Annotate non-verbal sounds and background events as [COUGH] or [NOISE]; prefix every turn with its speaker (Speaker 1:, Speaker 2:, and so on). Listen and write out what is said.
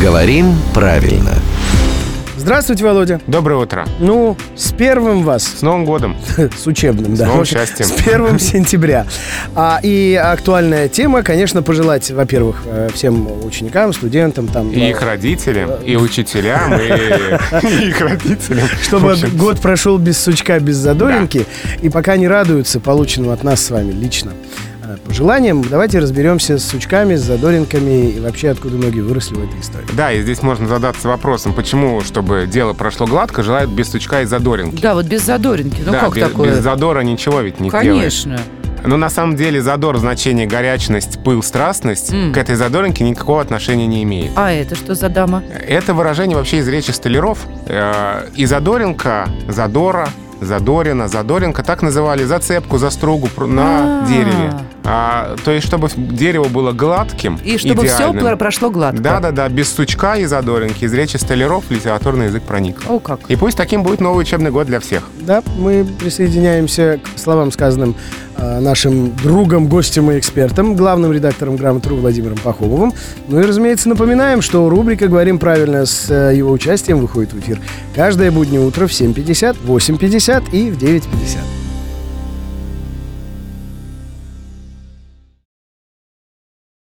Speaker 1: Говорим правильно.
Speaker 2: Здравствуйте, Володя.
Speaker 3: Доброе утро.
Speaker 2: Ну, с первым вас. [LAUGHS]
Speaker 3: С Новым
Speaker 4: [LAUGHS]
Speaker 3: годом.
Speaker 2: С учебным, да.
Speaker 3: новым
Speaker 2: [LAUGHS]
Speaker 3: счастьем.
Speaker 2: С первым сентября. А, и актуальная тема, конечно, пожелать, во-первых, э, всем ученикам, студентам, там,
Speaker 3: И
Speaker 2: э,
Speaker 3: их родителям, и учителям,
Speaker 4: [LAUGHS]
Speaker 3: и и их родителям. В
Speaker 2: чтобы
Speaker 3: общем,
Speaker 2: год прошел без сучка, без задоринки, и пока не радуются полученным от нас с вами лично э, пожеланиям, давайте разберемся с сучками, с задоринками и вообще откуда ноги выросли в этой истории.
Speaker 3: Да, и здесь можно задаться вопросом, почему, чтобы дело прошло гладко, желают без сучка и задоринки.
Speaker 4: Да, вот без задоринки. Ну
Speaker 3: да,
Speaker 4: как
Speaker 3: без,
Speaker 4: такое?
Speaker 3: без задора ничего ведь не делаешь.
Speaker 4: Конечно.
Speaker 3: Но на самом деле задор в значении горячность, пыл, страстность
Speaker 4: М.
Speaker 3: к этой задоринке никакого отношения не имеет.
Speaker 4: А это что за дама?
Speaker 3: Это выражение вообще из речи столяров. Э, И задоринка, задора, задорина, задоринка так называли зацепку, застругу пру- на
Speaker 4: А.
Speaker 3: дереве. А, то есть, чтобы дерево было гладким,
Speaker 4: И чтобы все
Speaker 3: идеальным.
Speaker 4: прошло гладко.
Speaker 3: Да-да-да, без сучка и задоринки. Из речи столяров в литературный язык проник.
Speaker 4: О, как.
Speaker 3: И пусть таким будет новый учебный год для всех.
Speaker 2: Да, мы присоединяемся к словам, сказанным э, нашим другом, гостем и экспертом, главным редактором «Грамотру» Владимиром Пахомовым. Ну и, разумеется, напоминаем, что рубрика «Говорим правильно» с э, его участием выходит в эфир каждое буднее утро в 7.50, 8.50 и в 9.50.